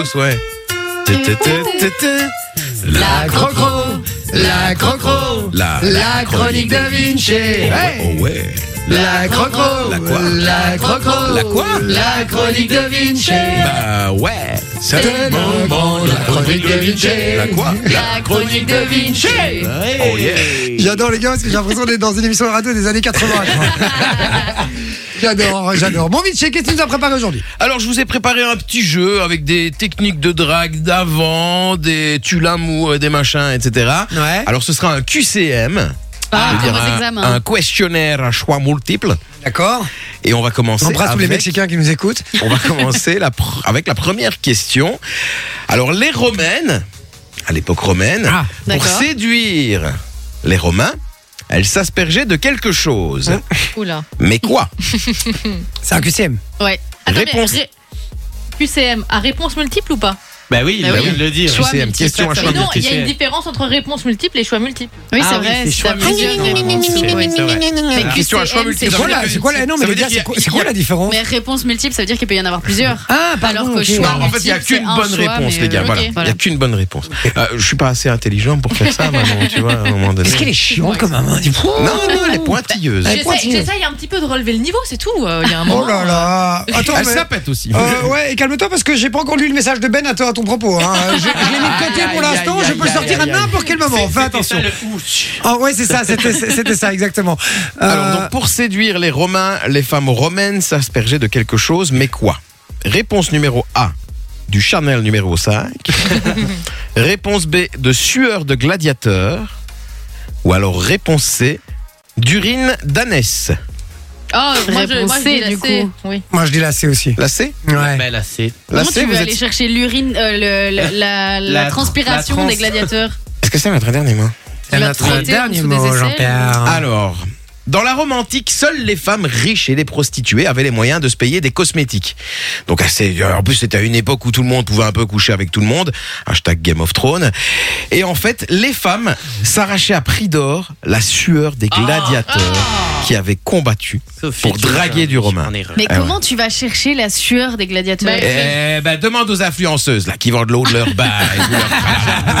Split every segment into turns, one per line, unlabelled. Tous, ouais.
La crocro, la crocro,
La-
la chronique de Vinci. Hey
Oh ouais.
La crocro,
La quoi
la crocro,
La quoi
la chronique de Vinci.
Bah ouais. Ça
C'est mon bon, la chronique de Vinci.
La quoi
La chronique de Vinci.
Oh yeah.
J'adore les gars parce que j'ai l'impression d'être dans une émission de radio des années 80. quoi. j'adore, j'adore. Bon Vinci, qu'est-ce que tu nous as préparé aujourd'hui
Alors je vous ai préparé un petit jeu avec des techniques de drague d'avant, des tulamour et des machins, etc.
Ouais.
Alors ce sera un QCM.
Ah,
c'est-à-dire
comme aux
un-
examens.
un, questionnaire à choix multiples.
D'accord.
Et on va commencer.
On embrasse tous les
avec-
Mexicains qui nous écoutent.
On va commencer la pr- avec la première question. Alors, les Romaines, à l'époque romaine,
Ah,
pour
d'accord.
séduire les Romains, elles s'aspergeaient de quelque chose.
Oula.
Mais quoi
C'est un QCM.
Ouais. Attends,
Réponse.
mais ré- QCM, à réponse multiple ou pas
Bah oui, il
Bah
vient
oui.
de le dire.
Choix
QCM,
multiple.
question à
Mais
choix
non, il y a une
multiple.
différence entre réponse multiple et choix multiple.
Ah oui, c'est choix multiple, normalement, c'est- oui, c'est vrai.
Une
Mais
question à choix
QCM,
multiple.
C'est
Ça
quoi
veut
la,
dire
c'est quoi la- non
qu'il-
mais
ça
les
veut
gars,
dire
c'est
qu'il-
quoi, c'est quoi la différence
Mais réponse multiple, ça veut dire qu'il peut y en avoir plusieurs.
Ah, pardon,
Alors que
ok.
choix
Non, en fait, il n'y a
multiple,
qu'une
c'est un
bonne
choix,
réponse,
mais,
les gars.
euh,
Voilà,
ok,
il n'y
voilà.
a qu'une bonne réponse. Euh, je suis pas assez intelligent pour faire ça, maman, tu vois, à un moment donné.
Qu'est-ce qu'elle est chiante comme Oh maman dis-
Non, non, elle est pointilleuse.
Ouais.
J'essaie-
pointilleuse.
J'essaye un petit peu de relever le niveau, c'est tout. euh, Il y a un moment.
Oh là là. Attends,
Elle
mais-
s'appête aussi.
Euh, ouais, et calme-toi parce que j'ai pas encore lu le message de Ben à, toi- à ton propos. hein. Je, je l'ai mis de côté pour l'instant, je peux le sortir à n'importe quel moment. Fais attention. Ah ouais, c'est ça, c'était c'était ça, exactement. Euh,
Alors, donc, pour séduire les Romains, les femmes romaines s'aspergeaient de quelque chose, mais quoi Réponse numéro A, du Chanel numéro 5. réponse B, de sueur de gladiateur. Ou alors réponse C, d'urine d'ânesse.
Oh, moi, je,
Réponse
moi, je
C,
dis la
du
C.
coup.
Oui.
Moi, je dis la C aussi.
La C
Ouais.
Bah là, c'est.
La
Comment
C,
tu veux
vous
aller
êtes...
chercher l'urine, euh, le- le- la, la
La-
transpiration
la trans-
des gladiateurs
Est-ce que c'est notre dernier mot
Tu l'as trotté en dessous des aisselles
Hein.
Alors, dans la Rome antique, seules les femmes riches et les prostituées avaient les moyens de se payer des cosmétiques. Donc, assez, euh, en plus, c'était à une époque où tout le monde pouvait un peu coucher avec tout le monde. Hashtag Game of Thrones. Et en fait, les femmes s'arrachaient à prix d'or la sueur des gladiateurs qui avaient combattu. Pour draguer du Romain.
Mais
Mais
Ah ouais.
comment tu vas chercher la sueur des gladiateurs
Bah,
Eh ben, demande aux influenceuses, là, qui vendent l'eau de leur bain. et de leur-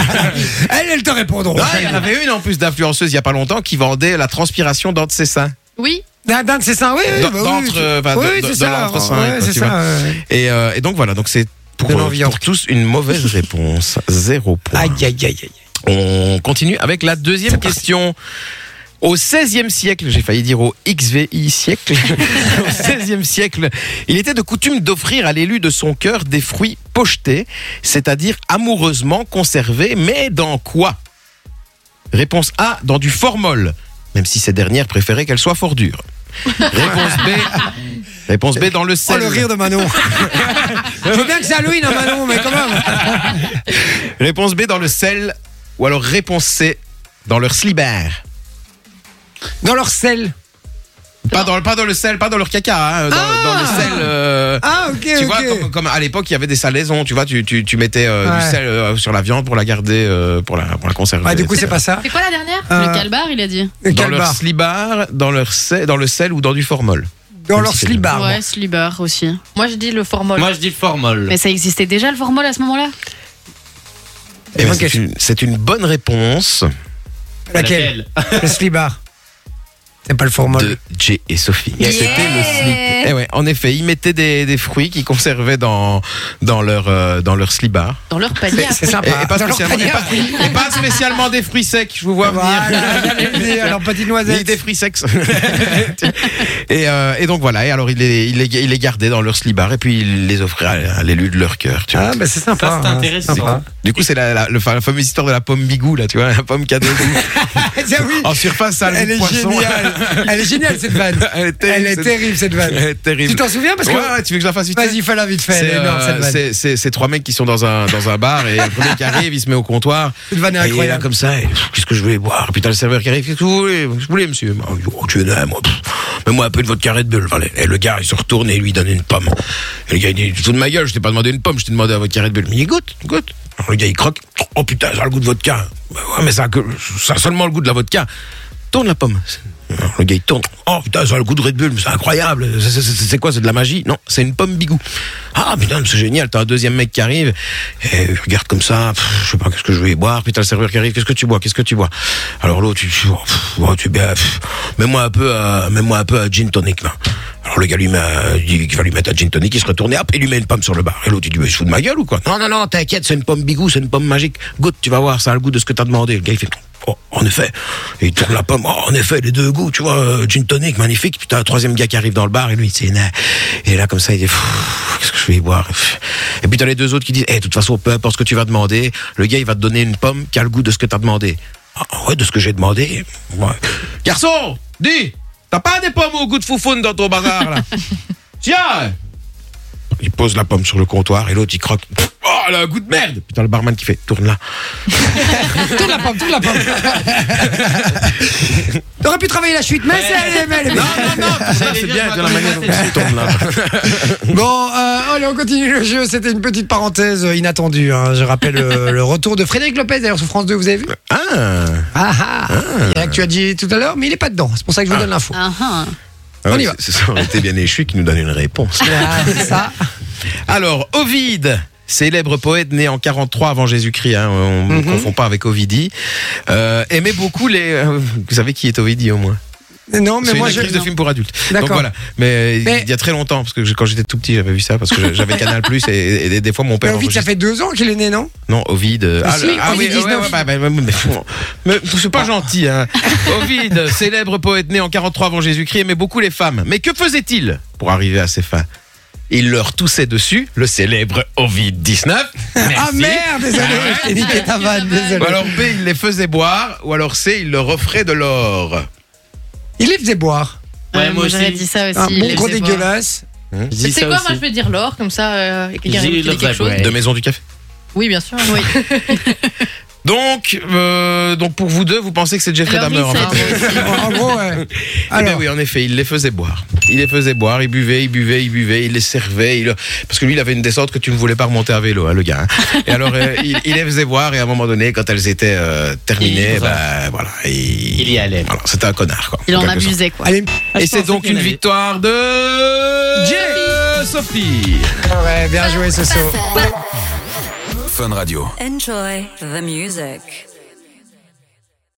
Elle, elle te répondront.
Ah, Il y en avait une, en plus, d'influenceuse, il y a pas longtemps, qui vendait la transpiration dans de ses seins.
Oui,
D'un- d'un de ses seins, oui, oui.
Dans-
bah oui,
d'entre,
tu-
euh, enfin,
oui,
de-
oui,
de-
c'est
de
ça.
l'entre seins,
ouais,
quoi,
c'est
tu
ça,
vois.
euh,
Et, euh, et donc voilà, donc c'est pour,
De
euh,
l'enviante.
pour tous une mauvaise réponse. Zéro point.
Aïe, aïe, aïe, aïe.
On continue avec la deuxième question. Au XVIe siècle, j'ai failli dire au XVI siècle, au XVIe siècle, il était de coutume d'offrir à l'élu de son cœur des fruits pochetés, c'est-à-dire amoureusement conservés, mais dans quoi Réponse A, dans du formol, même si ces dernières préféraient qu'elle soit fort dure. Réponse B, réponse B dans le
Oh,
sel.
le rire de Manon. Je veux bien que c'est Halloween, hein, Manon, mais quand même.
Réponse B dans le sel ou alors réponse C dans leur slibère.
Dans leur sel.
Pas dans, le- pas dans le sel, pas dans leur caca, hein, dans,
Ah
dans le sel. euh,
Ah, ok,
tu
ok.
vois, comme, comme à l'époque, il y avait des salaisons, tu vois, tu, tu, tu mettais euh,
Ouais.
du sel euh, sur la viande pour la garder, euh, pour, la, pour la conserver.
Ouais, Ah, du coup, c'est
etc.
pas hein. ça.
c'est quoi la dernière
Euh,
Le calbar, il a dit.
Dans leur
Calbar.
slibar, dans, leur sel, dans le sel ou dans du formol.
Dans leur slibard.
ouais, Sliber aussi.
Moi je dis le formol.
Moi, je dis formol.
Mais ça existait déjà le formol à ce moment-là
Eh ben,
Ok.
c'est une- C'est une bonne réponse
Laquelle Le slibard. C'est pas le formol.
de Jay et Sophie. C'était le slip. Eh ouais, en effet, ils mettaient des, des fruits qu'ils conservaient dans, dans leur, euh, dans leur slibar.
Dans leur panier. à
C'est
fruits.
sympa.
Et, et pas
Dans leur
spécialement, et
panier.
pas- et pas spécialement des fruits secs, je vous vois venir.
Voilà, j'allais le dire, alors petite
Ni
noisette.
des fruits secs. et, euh, et donc voilà, et alors il les, il, les, il les gardait dans leur slibar et puis il les offrait à, à l'élu de leur cœur. tu vois.
Ah, bah c'est sympa.
Ça, c'est
hein,
intéressant.
sympa.
Du coup, c'est la, la- le fa- la fameuse histoire de la pomme bigou, là, tu vois, la pomme cadeau.
Ah, tiens, oui,
en surface, ça a le goût
elle
de
est
Oh, poisson.
géniale. Elle est géniale, cette vanne.
Elle est
Elle est
cette-
terrible, cette vanne.
Elle est terrible.
Tu t'en souviens Parce que.
Ouais, ouais, tu veux que je la fasse vite
Vas-y, fais-la vite fait. Elle
C'est
est énorme,
euh,
cette vanne.
c'est- c'est- c'est trois mecs qui sont dans un, dans un bar et le premier qui arrive, il se met au comptoir.
Cette vanne
Et il
est
est là
incroyable.
comme ça, et, pff, qu'est-ce que je voulais boire Putain, le serveur qui arrive, qu'est-ce que vous voulez Qu'est-ce que vous voulez, monsieur Ah, il dit, oh, Tu es là, moi. Mais moi, un peu de votre carré de bulle. Allez. Et le gars, il se retourne et lui il donne une pomme. Et le gars, il dit Tu te fous de ma gueule, je t'ai pas demandé une pomme, je t'ai demandé un votre carré de bulle. Mais il dit, goûte, goûte. Alors, le gars, il croque. Oh putain, ça a le goût de vodka. Bah ouais, mais ça a, que- ça a seulement le goût de la vodka. Tourne la pomme. Alors, Le gars il tourne. Oh putain, ça a le goût de Red Bull, mais c'est incroyable. C'est- c'est- C'est c'est quoi C'est de la magie Non, c'est une pomme bigou. Ah putain, mais c'est génial. T'as un deuxième mec qui arrive. Et il regarde comme ça. Pff, je sais pas qu'est-ce que je vais boire. Puis t'as le serveur qui arrive. Qu'est-ce que tu bois Qu'est-ce que tu bois Alors l'autre, tu, tu, oh, pff, oh, tu ben, pff, mets-moi un peu, à- mets-moi un peu à gin tonic. là. Alors le gars lui met, un- il dit qu'il va lui mettre un gin tonic, il se retourne et hop, il lui met une pomme sur le bar. Et l'autre il dit, mais il se fout de ma gueule ou quoi Non, non, non, t'inquiète, c'est une pomme bigou, c'est une pomme magique. Goûte, tu vas voir, ça a le goût de ce que t'as demandé. Le gars il fait, oh, en effet. Et il tourne la pomme, oh, en effet, les deux goûts, tu vois, euh, gin tonic, magnifique. Puis t'as un troisième gars qui arrive dans le bar et lui il s'énerve. Et là comme ça il dit, Pff, qu'est-ce que je vais y boire Pff. Et puis t'as les deux autres qui disent, Eh, de toute façon, peu importe ce que tu vas demander, le gars il va te donner une pomme qui a le goût de ce que t'as demandé. Ah ouais, de ce que j'ai demandé. Ouais. Garçon, dis, t'as pas des pommes au goût de foufoune dans ton bazar là Tiens Il pose la pomme sur le comptoir et l'autre il croque. Pff, Oh, elle a un goût de merde Putain, le barman qui fait tourne là.
Tourne la pomme, tourne la pomme. T'aurais pu travailler la chute, mais c'est elle est belle.
Non, non, non, ça c'est bien de la manière dont il tourne là.
Bon, euh, allez, on continue le jeu. C'était une petite parenthèse inattendue. hein. Je rappelle euh, le retour de Frédéric Lopez d'ailleurs sur France 2, vous avez vu
Ah
Ah ah Il y en a que tu as dit tout à l'heure, mais il est pas dedans. C'est pour ça que je vous donne l'info.
Ah, ah.
Ah
On
oui,
y va.
c'est- Ça aurait été bien échu qui nous donne une réponse.
Ah, ça.
Alors, Ovide, célèbre poète né en 43 avant Jésus-Christ, hein, on ne confond pas avec Ovidie, euh, aimait beaucoup les... euh, vous savez qui est Ovidie au moins
Non, mais
C'est une
moi je.
actrice de film pour adultes. Donc
D'accord.
voilà. Mais, euh,
Mais-
il y a très longtemps, parce que je- quand j'étais tout petit, j'avais vu ça, parce que je- j'avais Canal Plus et, et- et des fois mon
Mais
père.
Ovid, ça
enregistrait-
fait deux ans qu'il est né, non
Non, Ovid. euh,
Ah si,
le-
Covid
oui, ouais,
19.
ouais, bah, bah, bah, mais, bon, mais c'est pas gentil. Hein. Ovid, célèbre poète né en 43 avant Jésus-Christ, aimait beaucoup les femmes. Mais que faisait-il pour arriver à ses fins Il leur toussait dessus, le célèbre Ovid 19.
Ah merde, désolé, je t'ai niqué ta vanne, désolé.
Ou alors B, il les faisait boire, ou alors C, il leur offrait de l'or.
Il les faisait boire.
Ouais,
Ouais,
moi
Euh, moi j'aurais
aussi.
dit ça aussi.
Un
Ah, il
bon
les
gros
faisait
dégueulasse.
Je dis ça
C'est quoi, moi
aussi.
je vais dire l'or, comme ça, euh, il y a
Dis
rien qui
le
dit quelque
vrai,
chose.
ouais.
De Maison du Café.
Oui, bien sûr.
boire. Oui,
Donc, euh, donc pour vous deux, vous pensez que c'est Jeffrey
Alors,
Dahmer en
oui,
fait.
ça, moi aussi.
En gros, ouais.
Eh ben
Alors,
oui, en effet, il les faisait boire. Il les faisait boire, il buvait, il buvait, il buvait, il les servait. il- Parce que lui, il avait une descente que tu ne voulais pas remonter à vélo, hein, le gars. hein. Et alors, euh, il, il les faisait boire, et à un moment donné, quand elles étaient euh, terminées,
Ivre.
bah, voilà, il...
Il y allait.
Voilà, c'était un connard, quoi.
Il en
quelque sorte.
abusait quoi.
allez.
Et c'est donc une victoire de.
Jay.
Sophie
Ouais, bien joué, Soso.
Enjoy the music.